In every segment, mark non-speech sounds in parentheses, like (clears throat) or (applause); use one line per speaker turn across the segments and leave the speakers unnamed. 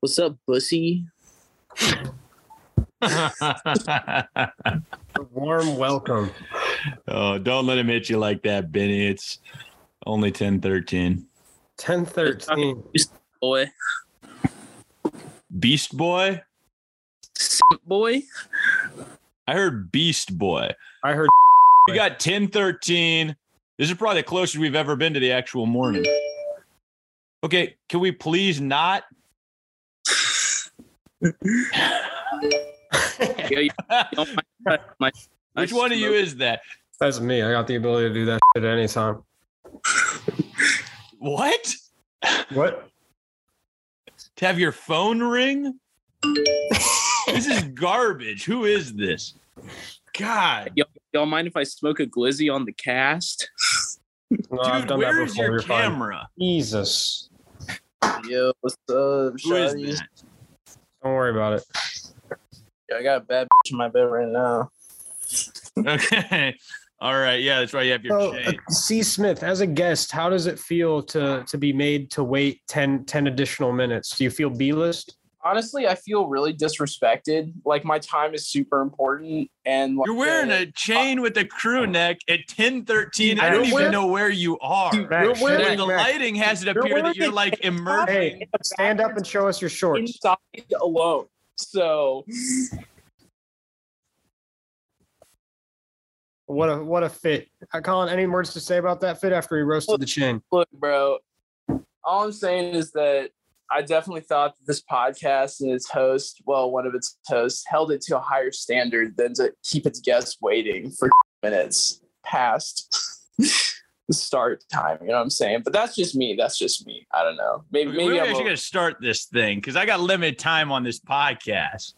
What's up, pussy?
A warm welcome.
oh, don't let him hit you like that, Benny. It's only ten thirteen.
1013.
Boy.
Beast Boy.
Simp boy?
I heard Beast Boy.
I heard (laughs)
We got ten thirteen. This is probably the closest we've ever been to the actual morning. Okay, can we please not?
Yo, yo, yo, my, my, my
Which one of you
smoke-
is that?
that's me. I got the ability to do that at any time.
What?
What?
To have your phone ring? this is garbage. Who is this? God,
Y'all mind if I smoke a glizzy on the cast?
No, Uh, I've
dude,
done that
where's
before.
your
You're fine.
camera?
Jesus.
Yo, what's up?
Who is
shawties?
that?
Don't worry about it.
Yo, I got a bad bitch in my bed right now.
Okay. All right. Yeah, that's right. You have your
So,
shade.
uh, C. Smith, as a guest, how does it feel to to be made to wait 10, 10 additional minutes? Do you feel B list?
honestly, I feel really disrespected. Like my time is super important, and like,
You're wearing
the-
a chain with a crew neck at 10:13. I
Uh, You're
don't even
wearing-
know where you are.
Max,
wearing-
When the lighting has it
You're
appear that
wearing
you're
a
like
Hey,
emerging.
stand up and show us your shorts.
inside alone. So
What a what a fit. Uh, Colin, any words to say about that fit after he roasted the chin?
look, bro. All I'm saying is that I definitely thought that this podcast and its host, well, one of its hosts, held it to a higher standard than to keep its guests waiting for minutes past the start time. You know what I'm saying? But that's just me. That's just me. I don't know. Maybe
Maybe,
maybe
I'm
I'm
actually
a-
gonna start this thing because I got limited time on this podcast.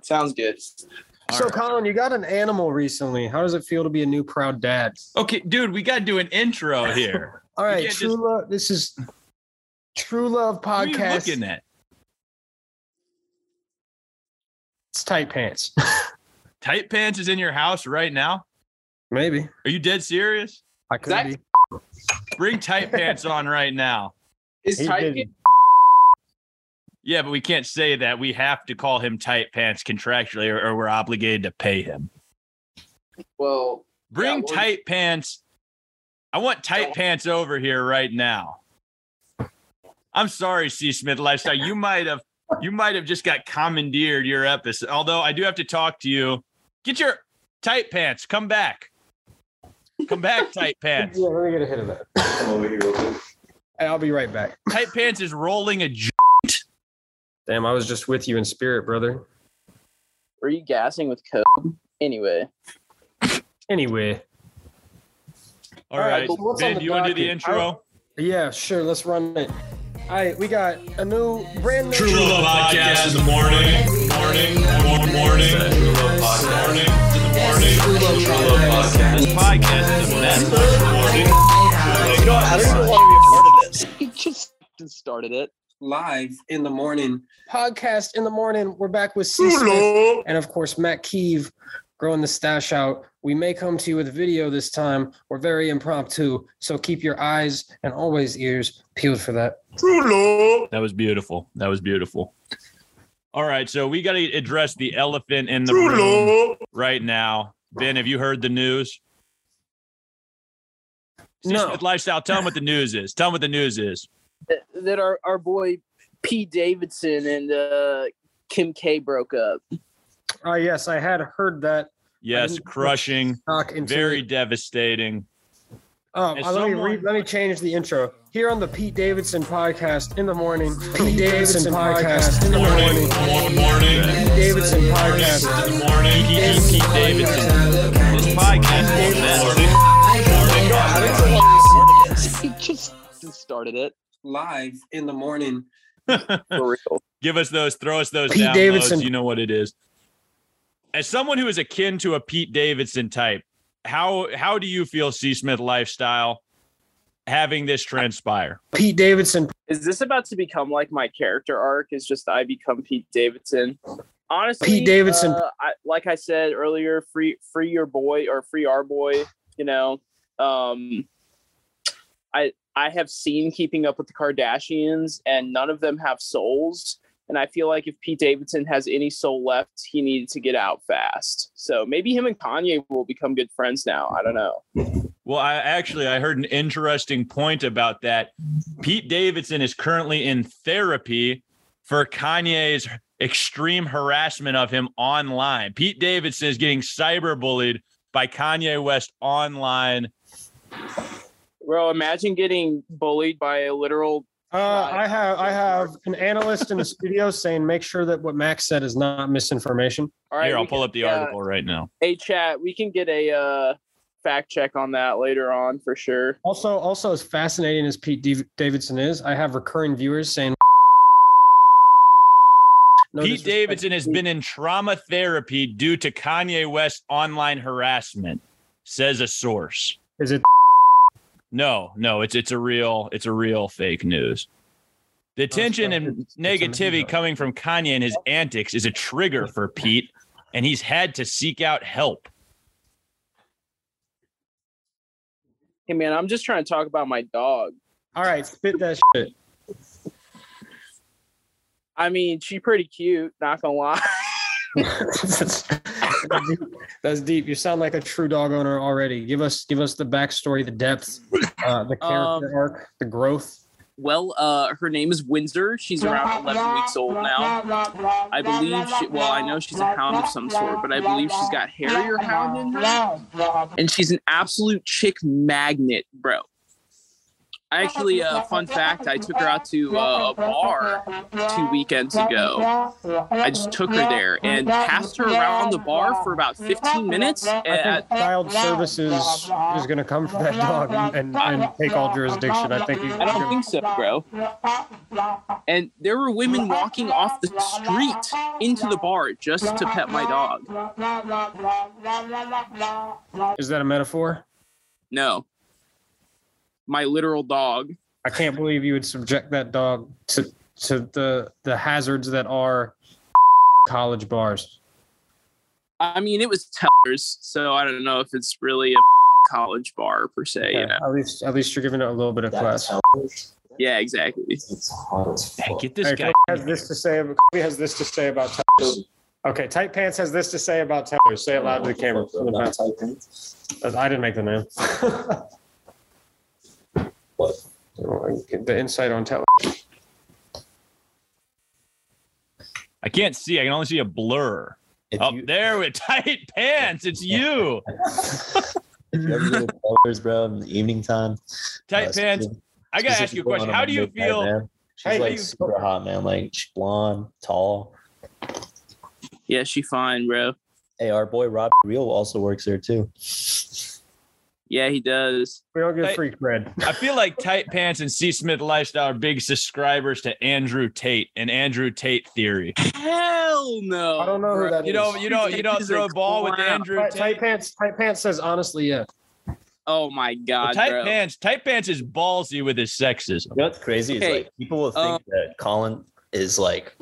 sounds good.
All
so,
right.
Colin, you got an animal recently. How does it feel to be a new proud dad?
Okay, dude, we gotta do an
(laughs)
intro here.
All right,
can't
True
just-
Love. This is True Love
What are you
podcast.
looking at?
It's tight pants.
Tight pants is in your house right now.
Maybe
Are you dead serious?
I could
That-
be.
Bring
(laughs)
tight pants on right now.
Is
He
Titan
didn't.
Yeah, but we can't say that. We have to call him tight pants contractually, or, or we're obligated to pay him.
well
Bring
Yeah, well-
tight pants. I want tight
Yeah.
pants over here right now. I'm sorry, C. Smith Lifestyle. You might have you might have just got commandeered your episode. Although I do have to talk to you. Get your tight pants. Come back. Come
(laughs)
back, tight pants.
Yeah, let me get a hit of that. Hey, I'll be right back.
Tight pants is rolling a. J-
Damn, I was just with you in spirit, brother.
Were you gassing with Coke? Anyway,
Anyway,
All
All right,
right,
but what's on
Ben,
the
do you want to do the
docket?
intro?
yeah, sure. Let's run it. All right, we got a new brand new.
Love Podcast in the morning, morning, morning, morning. True Love Podcast morning, in the morning. True Love, Podcast.
This podcast is the best.
Morning.
he just started it.
live in the morning podcast in the morning. We're back with C. Smith and of course Matt Keeve growing the stash out. We may come to you with a video this time. We're very impromptu, so keep your eyes and always ears peeled for that.
That was beautiful. That was beautiful. All right, so we got to address the elephant in the room right now. Ben, have you heard the news? See
No.
Smith Lifestyle, tell them what the news is. Tell them what the news is.
That- That our, our boy P. Davidson and uh, Kim K broke up.
Ah, yes, I had heard that
Yes,
I'm-
crushing,
talk into
very devastating.
Oh,
As
uh, let, me re-
someone-
let me change the intro. Here on the Pete Davidson podcast in the morning. Pete Davidson podcast in the morning.
Morning, morning, morning.
Pete Davidson podcast.
Podcast in the morning.
Pete Davidson. This podcast is the best.
Morning, morning, morning.
He just started it.
Live in the morning.
For real.
Give us those. Throw us those.
Pete
downloads.
Davidson.
You know what it is. As someone who is akin to a Pete Davidson type, how how do you feel, C. Smith lifestyle, having this transpire?
Pete Davidson
Is this about to become like my character arc? Is just I become Pete Davidson? Honestly,
Pete Davidson.
uh, I, like I said earlier, free free your boy or free our boy. You know, um, I
I have seen Keeping Up with the Kardashians, and none of them have souls. And I feel like if Pete Davidson has any soul left, he needed to get out fast. So maybe him and Kanye will become good friends now. I don't know.
Well, I actually I heard an interesting point about that. Pete Davidson is currently in therapy for Kanye's extreme harassment of him online. Pete Davidson is getting cyberbullied by Kanye West online.
Bro, imagine getting bullied by a literal.
Uh, I have I have an analyst in the studio saying make sure that what Max said is not misinformation.
All right,
Here, I'll
we
pull
can-
up the
yeah.
article right now.
Hey, chat, we can get a uh, fact check on that later on for sure.
Also, also as fascinating as Pete Dav- Davidson is, I have recurring viewers saying. No
Pete
disrespect.
Davidson has been in trauma therapy due to Kanye West online harassment, says a source.
is it
No, no, it's it's a real it's a real fake news. The tension
so
and
Oh, it's- it's a
negativity
meme.
coming from Kanye and his antics is a trigger for Pete, and he's had to seek out help.
Hey, man, I'm just trying to talk about my dog.
all right? Spit that shit.
I mean, she pretty cute, not gonna lie. (laughs)
that's, deep. That's deep. You sound like a true dog owner already. Give us give us the backstory, the depth, uh, the character
Um,
arc, the growth.
Well, uh, her name is Windsor. She's around 11 weeks old now. I believe she, well, I know she's a hound of some sort, but I believe she's got Harrier hound in her. And she's an absolute chick magnet, bro. I Actually, uh, fun fact, I took her out to uh, a bar two weekends ago. I just took her there and passed her around the bar for about 15 minutes.
I
And
think child services is going to come for that dog and, and, and take all jurisdiction. I think. You,
I don't think so, bro. And there were women walking off the street into the bar just to pet my dog.
is that a metaphor?
No. My literal dog.
I can't believe you would subject that dog to to the the hazards that are college bars.
I mean, it was tellers, so I don't know if it's really a (laughs) college bar per se. You know?
At least at least you're giving it a little bit of class.
Yeah, exactly.
Get this
Okay,
guy.
Kobe has this to say. Kobe has this to say about tellers. Okay, tight pants has this to say about tellers. Say it loud to the camera. I didn't make the name. The insight on tellers.
I can't see. I can only see a blur. Up Oh, there with tight pants. It's you.
If you
(laughs)
ever go to Culver's, bro, in the evening time.
Tight
uh,
pants. I gotta ask you a
specifically
question.
on
How do you
Monday night,
feel?
man. She's
Hey,
like
you-
super hot, man. Like she's blonde, tall.
Yeah, she fine, bro.
Hey, our boy Rob Real also works there too.
Yeah, he does.
We don't
Hey.
get free cred.
I feel like Tight Pants and C Smith Lifestyle are big subscribers to Andrew Tate and Andrew Tate theory.
Hell no.
I don't know who
bro.
that
You
is.
don't you don't you don't
He's a
throw a ball with
clown.
Andrew
Tight- tight
Tate.
pants. Tight pants says honestly, yeah.
Oh my
Well,
god,
tight
bro.
pants. Tight pants is ballsy with his sexism.
You know what's crazy
Okay,
is like people will think
um,
that Colin is like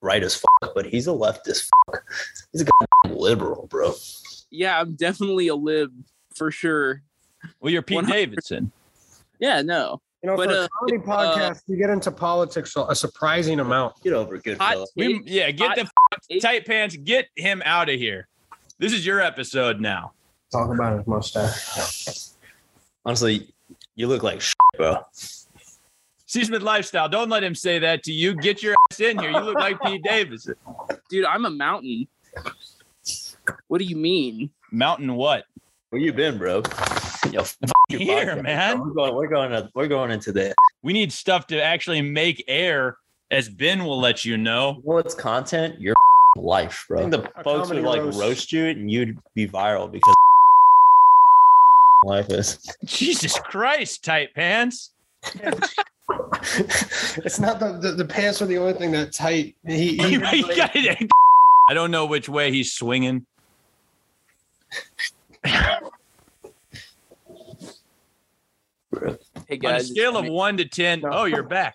right as fuck, but he's a leftist. Fuck. He's a goddamn liberal, bro.
Yeah, I'm definitely a lib for sure.
Well, you're Pete
100%.
Davidson.
Yeah, no.
You know,
But,
for
uh,
a comedy podcast, you get into politics a a surprising amount.
Get over it, good
Hot
fella.
We, yeah,
(laughs)
get the f-
Tate-
tight pants. Get him out of here. This is your episode now.
Talk about his mustache.
Honestly, you look like shit, bro.
C Smith Lifestyle. Don't let him say that to you. Get your ass in here. You look
(laughs)
like Pete Davidson.
dude, I'm a mountain. What do you mean?
Mountain what?
Where you been, bro? Yo, f- your
Here,
podcast,
man.
bro. We're going. We're going. To, we're going into the.
We need stuff to actually make air, as Ben will let you know.
Well, it's content. Your (laughs) f- life, bro. I think the
A
folks would
comedy
like
roast.
roast you, and you'd be viral because (laughs) life is.
Jesus Christ, tight pants.
(laughs) it's not the, the the pants are the only thing that tight.
(laughs)
He, he
You got
(laughs)
it. I don't know which way he's swinging.
Hey
On a
guys,
scale of one to 10,
No.
oh, you're back.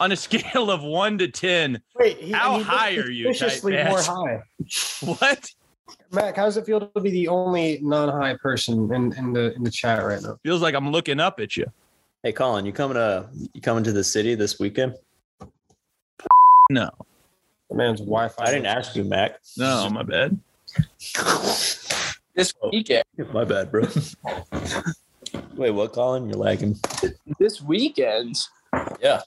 On a scale of one to 10,
wait. He,
How
and he looked
high are you, tight
suspiciously
pants?
more high.
(laughs) what?
Mac, how does it feel to be the only non-high person in, in the in the chat right now?
Feels like I'm looking up at you.
Hey, Colin, you coming to you coming to the city this weekend?
No,
The man's Wi-Fi.
I didn't ask you, Mac.
no, my bad.
This weekend,
My bad, bro. (laughs) Wait, what, Colin? You're lagging.
this weekend.
Yeah.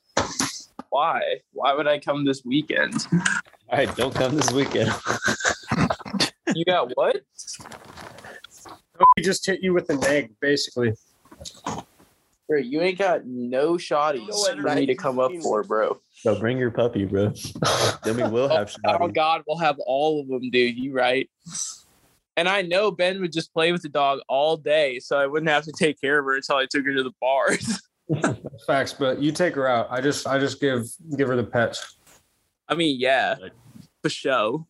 Why? Why would I come this weekend?
All right, don't come this weekend.
You got what?
He just hit you with an egg, basically.
(laughs) Bro, you ain't got no shotties for me to come up for, bro.
So bring your puppy, (laughs) bro. (laughs) then we will have (laughs)
Oh
shotty.
God, we'll have all of them, dude. You right? And I know Ben would just play with the dog all day, so I wouldn't have to take care of her until I took her to the bar. (laughs)
Facts, but you take her out. I just, I just give, give her the pets.
I mean, yeah, for show.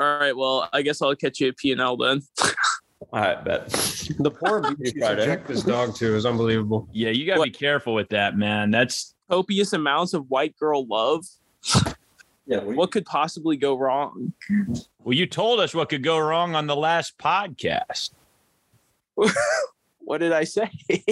All right, well, I guess I'll catch you at P&L then.
All right, (laughs) bet.
The poor
(laughs)
beach you
Friday.
subject this dog to is unbelievable.
Yeah, you gotta be careful with that, man. That's
Copious amounts of white girl love.
Yeah,
What could possibly go wrong?
well, you told us what could go wrong on the last podcast.
What did I say? (laughs)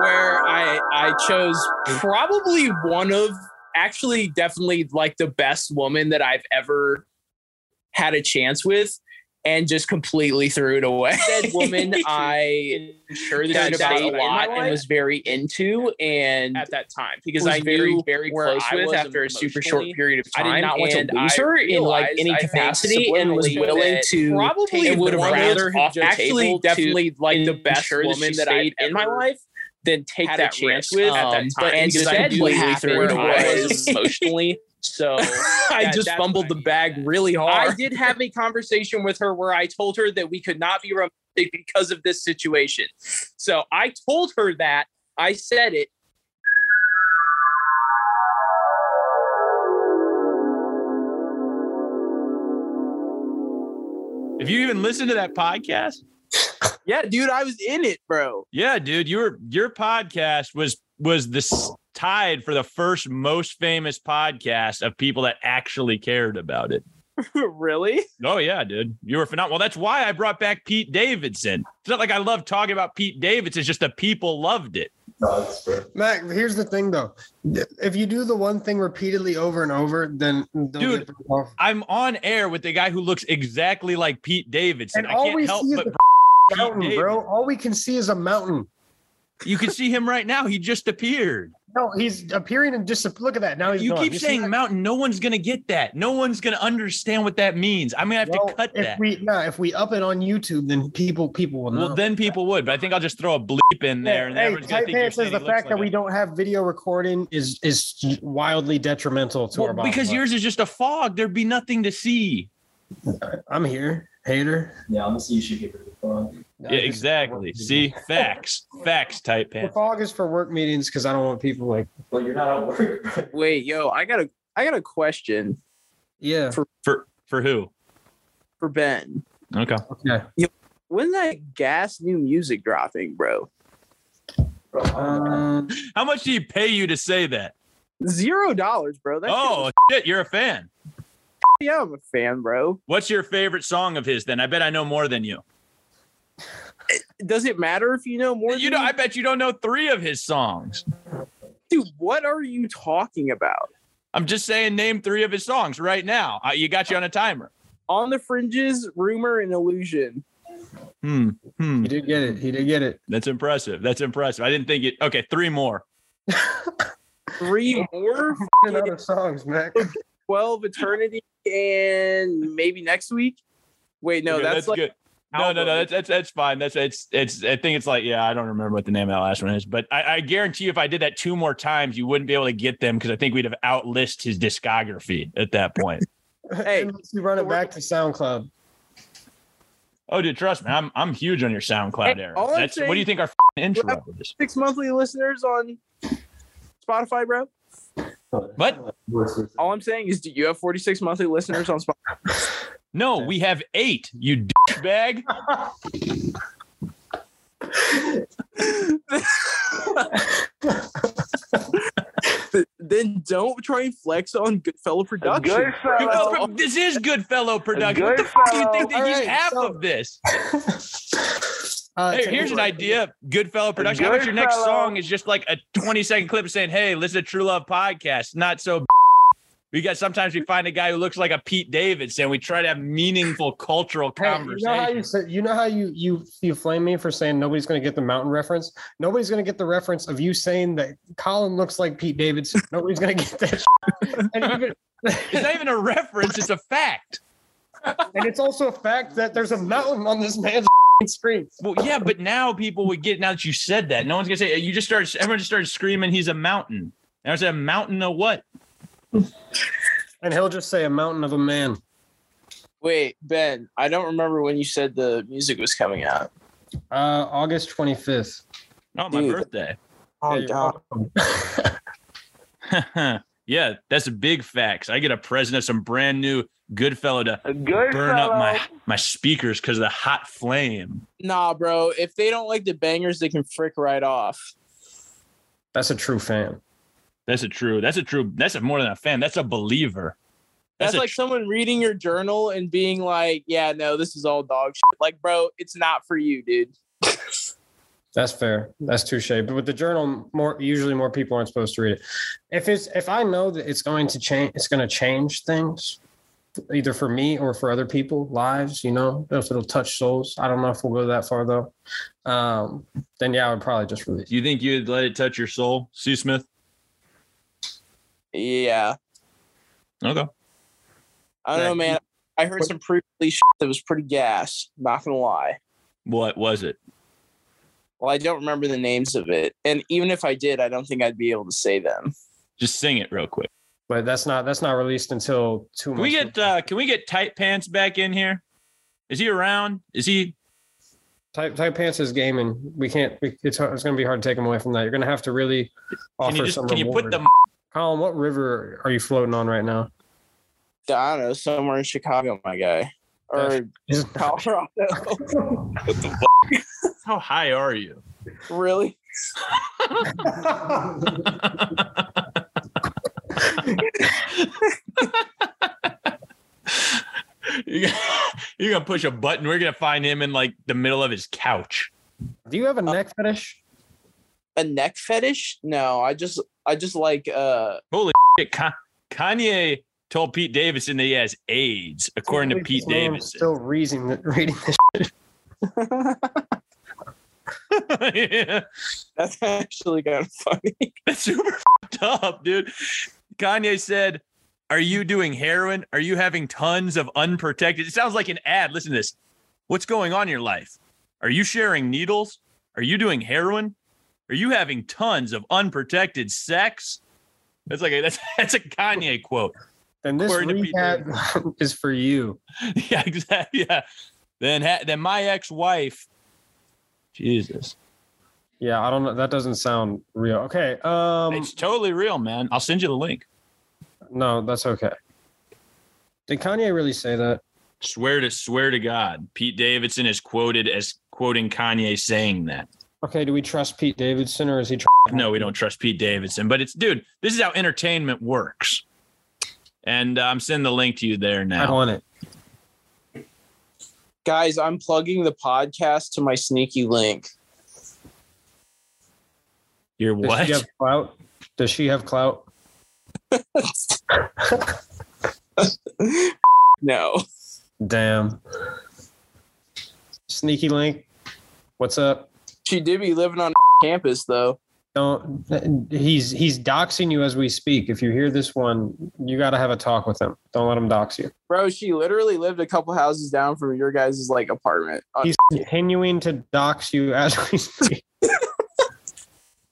Where I I chose probably one of actually definitely like the best woman that I've ever had a chance with and just completely threw it away. That (laughs) woman I sure that
Got
about
dated
a
in
lot
my
and
life.
was very into and
at that time
because
was
I
very,
knew
very
where
close
I
with
was
after a super short
emotionally.
period of
I
time.
did not want to
and
lose
I
her in like
realized
any
I had
capacity and was
subliminally
willing
that
to
probably
take
would
the
have
reins
rather
off
have
actually
table to
definitely like the best
ensure that
woman
she
that, I've
stayed in my
ever
life,
Then take
had a
that
chance
chance with
at that time.
but
And
instead
said what
completely
happened
threw it
when I
away
(laughs) was
emotionally. So (laughs) I
That-
just
that's
fumbled
what
the
(laughs) I
bag
needed.
really hard.
I did have a conversation with her where I told her that we could not be romantic because of this situation. So I told her that. I said it.
If you even listened to that podcast,
Yeah, dude, I was in it, bro.
yeah, dude, your your podcast was was this tied for the first most famous podcast of people that actually cared about it.
really?
Oh yeah, dude, you were phenomenal. Well, that's why I brought back Pete Davidson. It's not like I love talking about Pete Davidson; it's just the people loved it.
Mac, here's the thing though. If you do the one thing repeatedly over and over, then they'll
Dude,
get burned off.
I'm on air with the guy who looks exactly like Pete Davidson.
and
I
all
can't
we
help
see is
but (laughs)
the
Pete
mountain, bro. All we can see is a mountain.
(laughs) You can see him right now. He just appeared.
No, he's appearing and just look at that. Now he's
You
gone.
keep
see
saying
that?
mountain. No one's gonna get that. No one's gonna understand what that means. I'm gonna have
Well,
to cut
if
that.
we no, if we up it on YouTube, then people people will know.
well, then people would, but I think I'll just throw a bleep in there, and
hey,
everyone's gonna
Tight
think you're
Pants
saying
says the
he looks
fact that
like
we
a-
don't have video recording is is wildly detrimental to our
Well,
bottom
because
line.
yours is just a fog. There'd be nothing to see.
I'm here, hater.
Yeah, honestly, you should give her the phone.
I
Yeah,
just-
exactly. See, facts, facts, tight
The
pants.
fog is for work meetings because I don't want people like
Well, you're not at work. bro.
Wait, yo, I got a I got a question
yeah
For for who?
for Ben.
Okay.
okay.
When's that gas new music dropping, bro?
Bro, I'm not-
Um,
How much do you pay you to say that?
Zero dollars, bro. That
oh shit, you're a fan.
yeah, I'm a fan, bro.
What's your favorite song of his? Then I bet I know more than you.
Does it matter if you know more?
You know,
than
I bet you don't know three of his songs.
dude. What are you talking about?
I'm just saying, name three of his songs right now. I, you got you on a timer.
On the fringes, rumor and illusion.
Hmm. Hmm.
he did get it. He did get it.
That's impressive. That's impressive. I didn't think it. Okay, three more.
Three more,
And other songs, Mac.
twelve eternity, and maybe next week. Wait, no,
Okay,
that's, like
good. No, no,
album.
no. That's that's that's fine. That's it's it's. I think it's like yeah. I don't remember what the name of that last one is, but I, I guarantee you, if I did that two more times, you wouldn't be able to get them because I think we'd have outlist his discography at that point.
(laughs)
Hey.
Unless you run it back to SoundCloud.
oh, dude, trust me, I'm I'm huge on your SoundCloud
Hey,
era.
all I'm
That's what do
saying-
you think our
(laughs)
f***ing intro is?
six monthly listeners on Spotify, bro.
What?
All I'm saying is, do you have 46 monthly listeners on Spotify?
No, we have eight. You douchebag.
Th- then don't try and flex on Goodfellow Productions.
Dude,
Goodfellas.
no, but (laughs) this is Goodfellow production. What the
Goodfellow.
fuck do you think? that He's
Alright,
half
so-
of this.
Uh,
Hey, here's an idea. Goodfellow production. How about your next
Goodfellow.
song is just like a 20 second clip saying, "Hey, listen to True Love podcast." Not so. b-." Because sometimes we find a guy who looks like a Pete Davidson. We try to have meaningful cultural
Hey, you know how
conversation.
you said you know how you you you flame me for saying nobody's going to get the mountain reference. Nobody's going to get the reference of you saying that Colin looks like Pete Davidson. Nobody's going to get that. shit. and, even,
it's not even a reference; it's a fact.
and it's also a fact that there's a mountain on this man's screen.
Well, yeah, but now people would get. Now that you said that, no one's gonna say. You just started. Everyone just started screaming. He's a mountain. And I said, a mountain of what?
And he'll just say a mountain of a man.
Wait, Ben, I don't remember when you said the music was coming out.
Uh, August 25th.
Oh, my
Dude.
birthday. (laughs)
Oh, God.
yeah, that's big facts. I get a present of some brand new Goodfellow to
Goodfellow.
burn
(laughs)
up my my speakers because of the hot flame.
Nah, bro. If they don't like the bangers, they can frick right off.
That's a true fan.
That's a true. That's a true. That's a more than a fan. That's a believer.
That's,
That's, a
like
tr-
someone reading your journal and being like, "Yeah, no, this is all dog shit." Like, bro, it's not for you, dude.
That's fair. That's touche. But with the journal, more usually more people aren't supposed to read it. If it's if I know that it's going to change, it's going to change things, either for me or for other people, lives. You know, if it'll touch souls. I don't know if we'll go that far though. Um, then yeah, I would probably just release.
Do you think you'd let it touch your soul, C. Smith?
Yeah,
Okay.
I don't know, man. I heard some pre release shit that was pretty gas. Not gonna lie.
What was it?
Well, I don't remember the names of it, and even if I did, I don't think I'd be able to say them.
Just sing it real quick.
But that's not that's not released until two.
Can we
months-
get uh can we get tight pants back in here? Is he around? Is he
Type Type Pants is gaming. We can't. We, it's hard, it's going to be hard to take him away from that. You're going to have to really offer
can you just
some
can you put
reward.
the
Colin, what river are you floating on right now?
I don't know, somewhere in Chicago, my guy, or Colorado. (laughs)
how high are you? (laughs)
really?
You're gonna- you're gonna push a button. We're gonna find him in like the middle of his couch.
Do you have a neck fetish?
A neck fetish? No, I just, I just like, uh, (laughs)
Shit, Ka- Kanye told Pete Davidson that he has AIDS, according to
This
Pete
man is
Davidson.
Still reading (laughs) the, reading this.
(laughs) Yeah.
that's actually kind of funny.
That's super fucked up, dude. Kanye said, Are you doing heroin? Are you having tons of unprotected? It sounds like an ad. Listen to this. What's going on in your life? Are you sharing needles? Are you doing heroin? Are you having tons of unprotected sex? That's like a, that's (laughs) that's a Kanye quote. (laughs)
Then this
According to Pete
rehab (laughs) is for you.
yeah, exactly. Yeah. Then ha- then my ex-wife. Jesus.
Yeah, I don't know. That doesn't sound real. Okay. Um.
it's totally real, man. I'll send you the link.
No, that's okay. Did Kanye really say that?
Swear to swear to God, Pete Davidson is quoted as quoting Kanye saying that.
Okay. Do we trust Pete Davidson or is he? Tr-
No, we don't trust Pete Davidson, but it's dude. This is how entertainment works. And uh, I'm sending the link to you there
I
now.
want it.
Guys, I'm plugging the podcast to my sneaky link.
You're
Does
what?
she have clout? Does she have clout?
no, (laughs)
Damn. Sneaky link. What's up?
she did be living on (laughs) campus though.
Don't. He's he's doxing you as we speak. If you hear this one, you got to have a talk with him. Don't let him dox you.
Bro, she literally lived a couple houses down from your guys' like apartment. Uh,
He's continuing to dox you as we speak.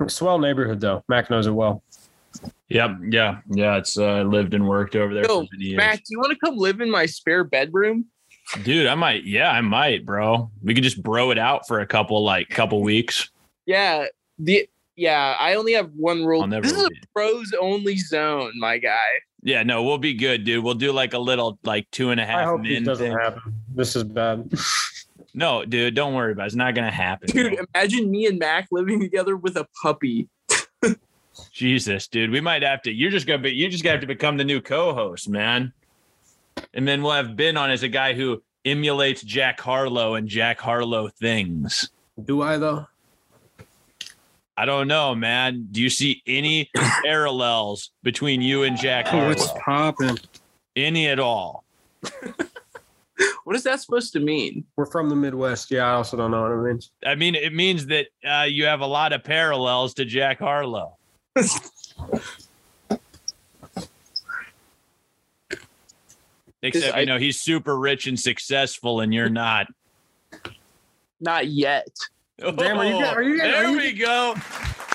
Swell neighborhood though. Mac knows it well.
Yep. Yeah. Yeah. It's uh, I lived and worked over there
Yo,
for many years.
Mac, do you want to come live in my spare bedroom?
Dude, I might. Yeah, I might, bro. We could just bro it out for a couple like couple weeks.
Yeah, the yeah. I only have one rule.
I'll never
This is a
leave.
pros only zone, my guy.
Yeah, no, we'll be good, dude. We'll do like a little like two and a
I
half
hope this
min
doesn't
thing.
happen. This is bad.
No, dude, don't Oh. worry about it. It's not gonna happen.
Dude,
bro.
imagine me and Mac living together with a puppy.
Jesus, dude, we might have to. You're just gonna be. You just gonna have to become the new co-host, man. And then we'll have Ben on as a guy who emulates Jack Harlow and Jack Harlow things.
Do I though?
I don't know, man. Do you see any parallels between you and Jack
What's
Harlow?
popping?
Any at all?
What is that supposed to mean?
We're from the Midwest. Yeah, I also don't know what it means.
I mean, it means that uh, you have a lot of parallels to Jack Harlow. Except, you know, he's super rich and successful, and you're not.
Not yet.
Damn, are you get- are you get-
Oh, there
are you
we go.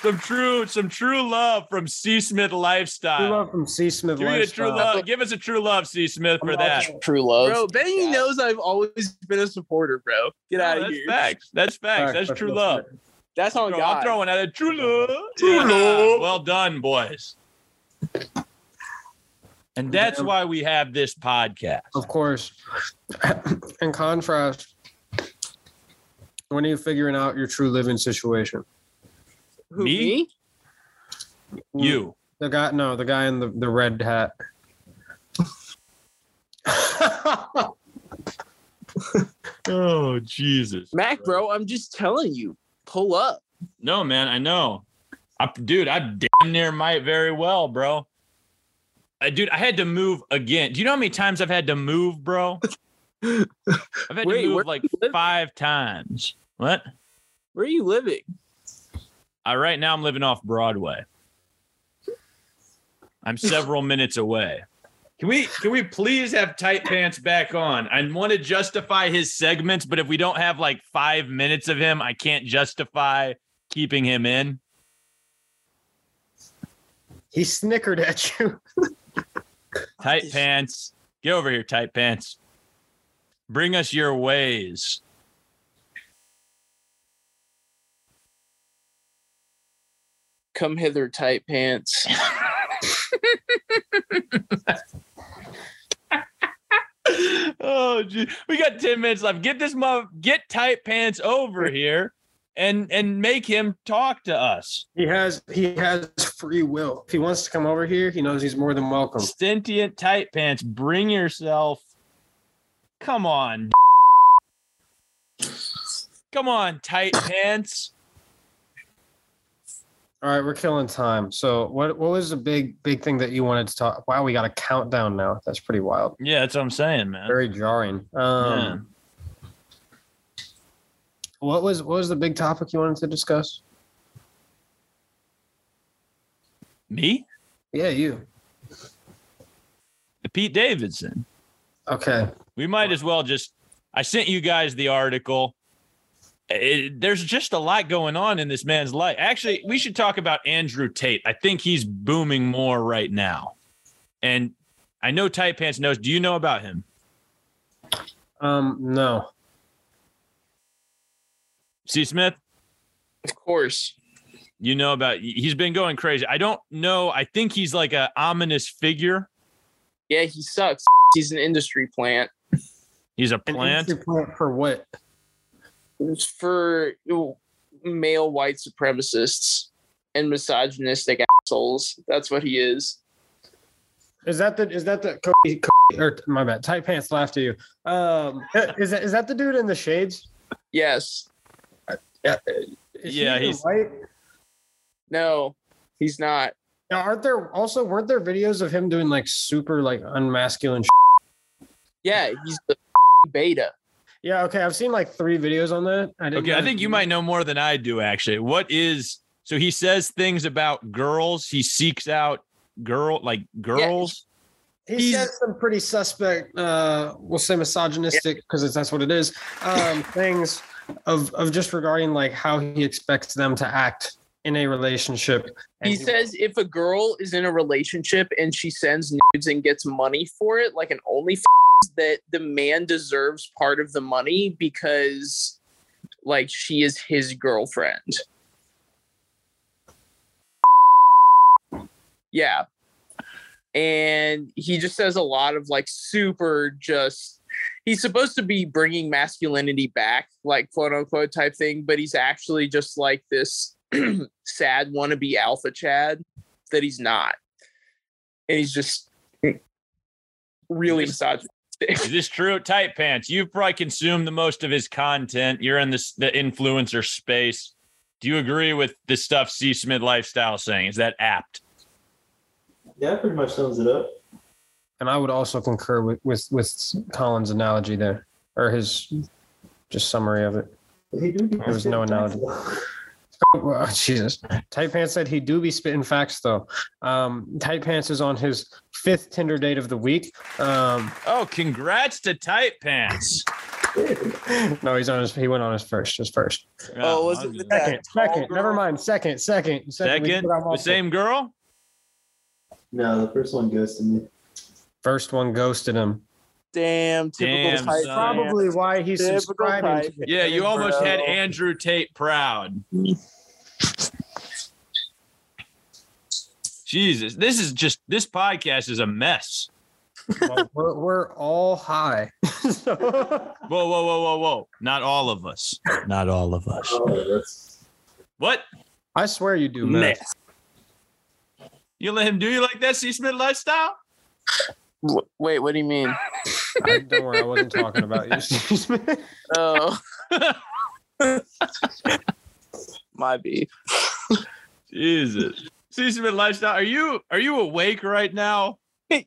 Some true, some true love from C. Smith
True
Lifestyle.
love from C. Smith.
Uh,
uh,
Give me a true
Lifestyle.
love. Give us a true love, C. Smith, for that.
True love. Bro, Benny
Benny
knows
knows I've always been a supporter, bro.
get
No,
out of
that's
here.
facts. That's facts.
Alright,
That's
let's
true
go Oh,
love.
for it.
That's on
Throw- I'm
God.
throwing out a true love. Yeah. Well done, boys. And that's why we have this podcast.
Of course. (laughs) In contrast, when are you figuring out your true living situation?
Who,
Me? You.
Hmm. The guy, no, the guy in the, the red hat. (laughs)
Oh, Jesus.
Mac, bro, I'm just telling you. Pull up.
No, man, I know. I, dude, I damn near might very well, bro. I, dude, I had to move again. Do you know how many times I've had to move, bro? I've had
Wait,
to
where
move like
you live?
five times. What?
Where are you living?
I, right now, I'm living off Broadway. I'm (laughs) several minutes away. Can we can we please have tight pants back on? I want to justify his segments, but if we don't have like five minutes of him, I can't justify keeping him in.
he snickered at you.
Tight pants. Get over here, tight pants. Bring us your ways.
Come hither, tight pants.
(laughs) oh, gee. we got 10 minutes left. Get this mother, get tight pants over here and and make him talk to us.
He has he has free will. If he wants to come over here, he knows he's more than welcome.
Sentient tight pants, bring yourself. Come on. Come on, tight pants.
All right, we're killing time. So what what was the big big thing that you wanted to talk? Wow, we got a countdown now. That's pretty wild.
Yeah, that's what I'm saying, man.
Very jarring. Um, What was what was the big topic you wanted to discuss?
Me?
Yeah, you.
Pete Davidson.
Okay.
We might as well just. I sent you guys the article. It- there's just a lot going on in this man's life. Actually, we should talk about Andrew Tate. I think he's booming more right now. And I know Tight Pants knows. Do you know about him?
Um, no.
See, Smith,
Of course.
you know about. He's been going crazy. I don't know. I think he's like a ominous figure.
Yeah, he sucks. He's an industry plant.
He's a
An
plant.
industry plant for what?
It's for you know, male white supremacists and misogynistic assholes. That's what he is.
Is that the is that the Cody, Cody or my bad, tight pants laughed at you. Um, (laughs) is that is that the dude in the shades?
Yes.
Is he
Yeah,
even
he's-
white.
No, he's not.
Now, aren't there also weren't there videos of him doing like super like unmasculine? Shit?
Yeah, he's the beta.
Yeah, okay, I've seen like three videos on that. I didn't
Okay, I
know-
think you might know more than I do. Actually, what is so he says things about girls. He seeks out girl like girls.
He
he's-
said some pretty suspect, uh, we'll say misogynistic because that's what it is.
(laughs)
Um, things of of just regarding like how he expects them to act in a relationship.
He
And-
says if a girl is in a relationship and she sends nudes and gets money for it, like an OnlyFans, that the man deserves part of the money because, like, she is his girlfriend. Yeah. And he just says a lot of like super just. He's supposed to be bringing masculinity back, like quote (clears throat) unquote type thing, but he's actually just like this sad wannabe alpha Chad.
that he's not, and he's just really misogynistic.
Is this true? Tight pants. You've probably consumed the most of his content. You're in this the influencer space. Do you agree with the stuff C Smith lifestyle saying? Is that apt?
Yeah, that pretty much sums it up.
And I would also concur with with, with Colin's analogy there, or his just summary of it.
He do be
There was no analogy. (laughs) Well, Jesus. Tight Pants said he do be spitting facts though. Um, Tight Pants is on his fifth Tinder date of the week. Um, (laughs)
Oh, congrats to tight pants.
no, he's on his. He went on his first, his first.
(laughs) Oh, was it the
second?
Second, second. Never mind. Second, second, second. we
Second,
put out
the
multiple.
same girl.
No, the first one goes to me.
First one ghosted him.
Damn, typical
Damn,
type.
son.
Probably why he's
Typical
subscribing. to
type.
it.
Yeah, you almost
bro.
had Andrew Tate proud. Jesus, this is just this podcast is a mess.
Well, (laughs) we're, we're all high. (laughs) So-
Whoa, whoa, whoa, whoa, whoa! Not all of us. Not all of us.
Oh, that's
What?
I swear you do, man.
Mess.
You let him do you like that, C. Smith lifestyle?
Wh- Wait, what do you mean?
I, don't worry, I wasn't talking about you. (laughs)
Oh. Might be. (laughs)
Jesus, (laughs) C. Smith lifestyle. Are you are you awake right now?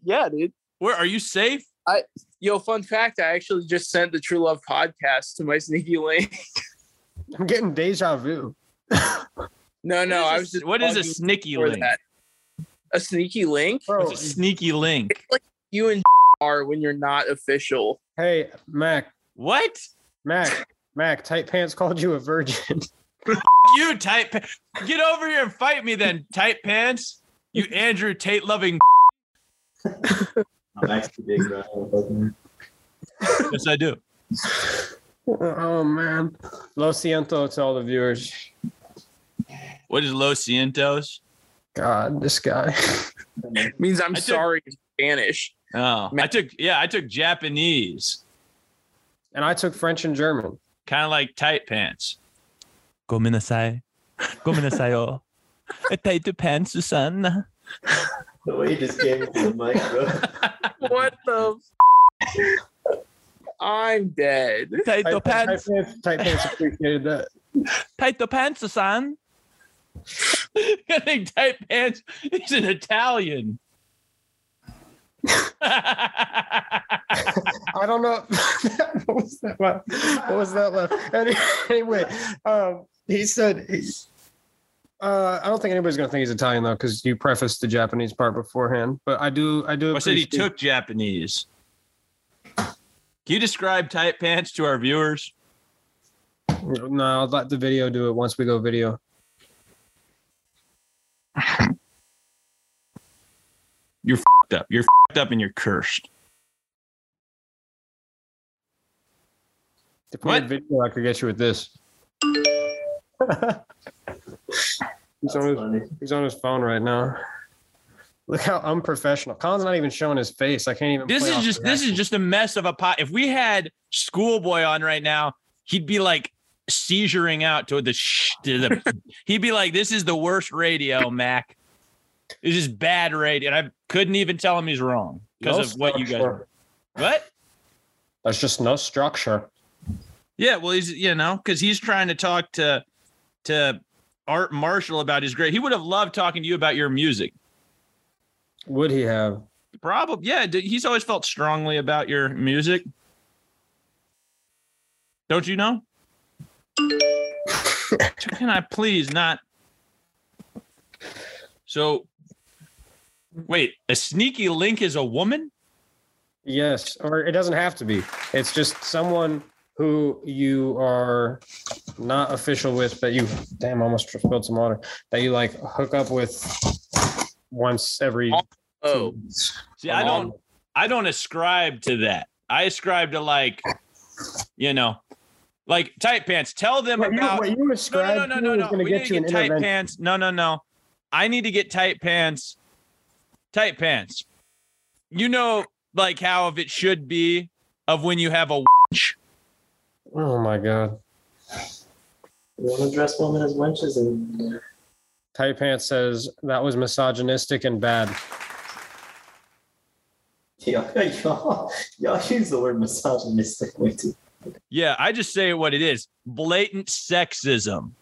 yeah, dude.
Where are you safe?
Yo, fun fact, I actually just sent the True Love podcast to my (laughs) sneaky link.
I'm getting deja vu.
No, no,
What is
I
a-
was just
what is a
bugging
sneaky
for
link?
that. A sneaky link?
Bro,
What's a sneaky link?
You and (laughs) are when you're not official.
hey, Mac,
What?
Mac, Mac, tight pants called you a virgin.
you tight pa- get over here and fight me then tight pants you andrew tate loving (laughs)
I'm actually big, bro. I don't fucking-
yes i do
(laughs) oh, man. Lo siento to all the viewers.
what is los cientos
God, this guy.
means I'm
I took-
sorry in Spanish.
oh i took yeah i took japanese
And I took French and German.
kind of like tight pants
gomenasai.
(laughs)
Gomenasayo. Tight pants, son.
The way he just gave me the mic, bro.
What the? f- I'm dead.
Tight
Tight, tight
pants.
pants, tight pants appreciated that.
Tight pants, son.
(laughs) i think tight pants is an italian
I don't know. (laughs) what was that left? What was that left? Any- Anyway, um, he said, uh, I don't think anybody's gonna think he's Italian though, because you prefaced the Japanese part beforehand. But I do, I do.
i said he
appreciate-
took japanese can you describe tight pants to our viewers
No, I'll let the video do it once we go video.
You're fed up. You're fed up and you're cursed.
If we had
What?
video, I could get you with this. (laughs) he's, on
That's
his,
funny.
he's on his phone right now. Look how unprofessional. Colin's not even showing his face. I can't even.
This
play
is
off
just
the
this is
action.
just a mess of a pot. If we had Schoolboy on right now, he'd be like seizuring out to the sh- to the. (laughs) he'd be like, "This is the worst radio, Mac. This is bad radio." And I couldn't even tell him he's wrong because
No
of what you guys.
structure.
What?
There's just no structure.
Yeah, well, he's you know because he's trying to talk to to Art Marshall about his great. He would have loved talking to you about your music.
Would he have?
Probably, yeah. d- He's always felt strongly about your music. Don't you
(laughs)
know? Can I please not? So, wait, a sneaky link is a woman?
Yes, or it doesn't have to be. It's just someone who you are not official with that you damn almost spilled some water that you like hook up with once every.
Oh,
See, I don't, I don't ascribe to that. I ascribe to like, you know, like tight pants. Tell them
What you,
about
what you ascribe
no, no, no,
to
no,
is
no.
going
We
to
need
get
to
you an
get tight
intervention.
pants. No, no, no. I need to get tight pants. Tight pants. You know, like how if it should be of when you have a
Oh my god!
You want to dress women as wenches and
Tight Pants says that was misogynistic and bad.
Y'all, y'all, y'all use the word misogynistic way too.
Yeah, I just say what it is. Blatant sexism.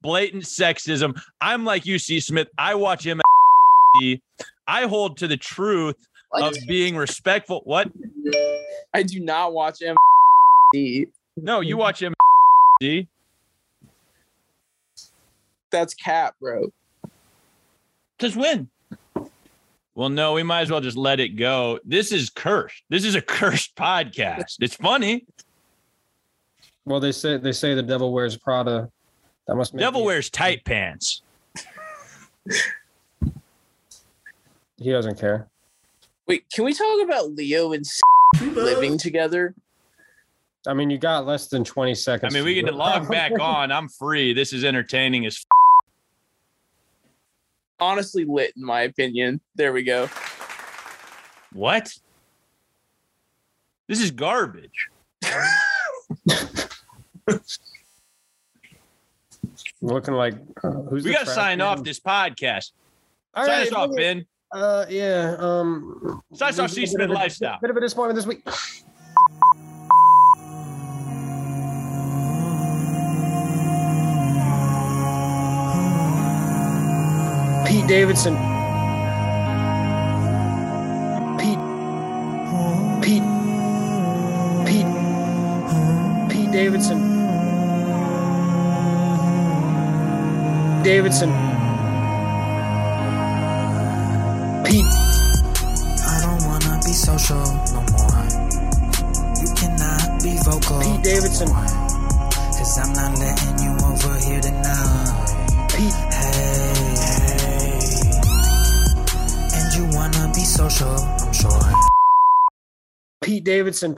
Blatant sexism. I'm like you, C. Smith. I watch him. I hold to the truth of being respectful. What?
I do not watch M. (laughs)
No, you watch him.
That's cap, bro.
Just win. Well, no, we might as well just let it go. This is cursed. This is a cursed podcast. It's funny.
Well, they say they say the devil wears Prada. That must make
Devil
me-
wears tight pants.
He doesn't care.
Wait, can we talk about Leo and (laughs) living together?
I mean, you got less than twenty
I
seconds.
mean,
to
we
do
can
it.
log back on. I'm free. This is entertaining as. F-
Honestly, lit in my opinion. There we go.
what? This is garbage.
(laughs) Looking like uh, who's
We
the
got to
trash
sign
man?
off this podcast.
All
sign
right,
us off, Ben.
Uh, yeah. Um,
Sign us off, C. Smith Lifestyle.
bit of a disappointment this week. Pete Davidson. Pete. Pete. Pete. Pete Davidson. Davidson. Pete.
I don't wanna be social no more. You cannot be vocal.
Pete Davidson.
Cause I'm not letting you over here tonight.
Pete.
Hey, hey. And you wanna be social, I'm sure.
Pete Davidson.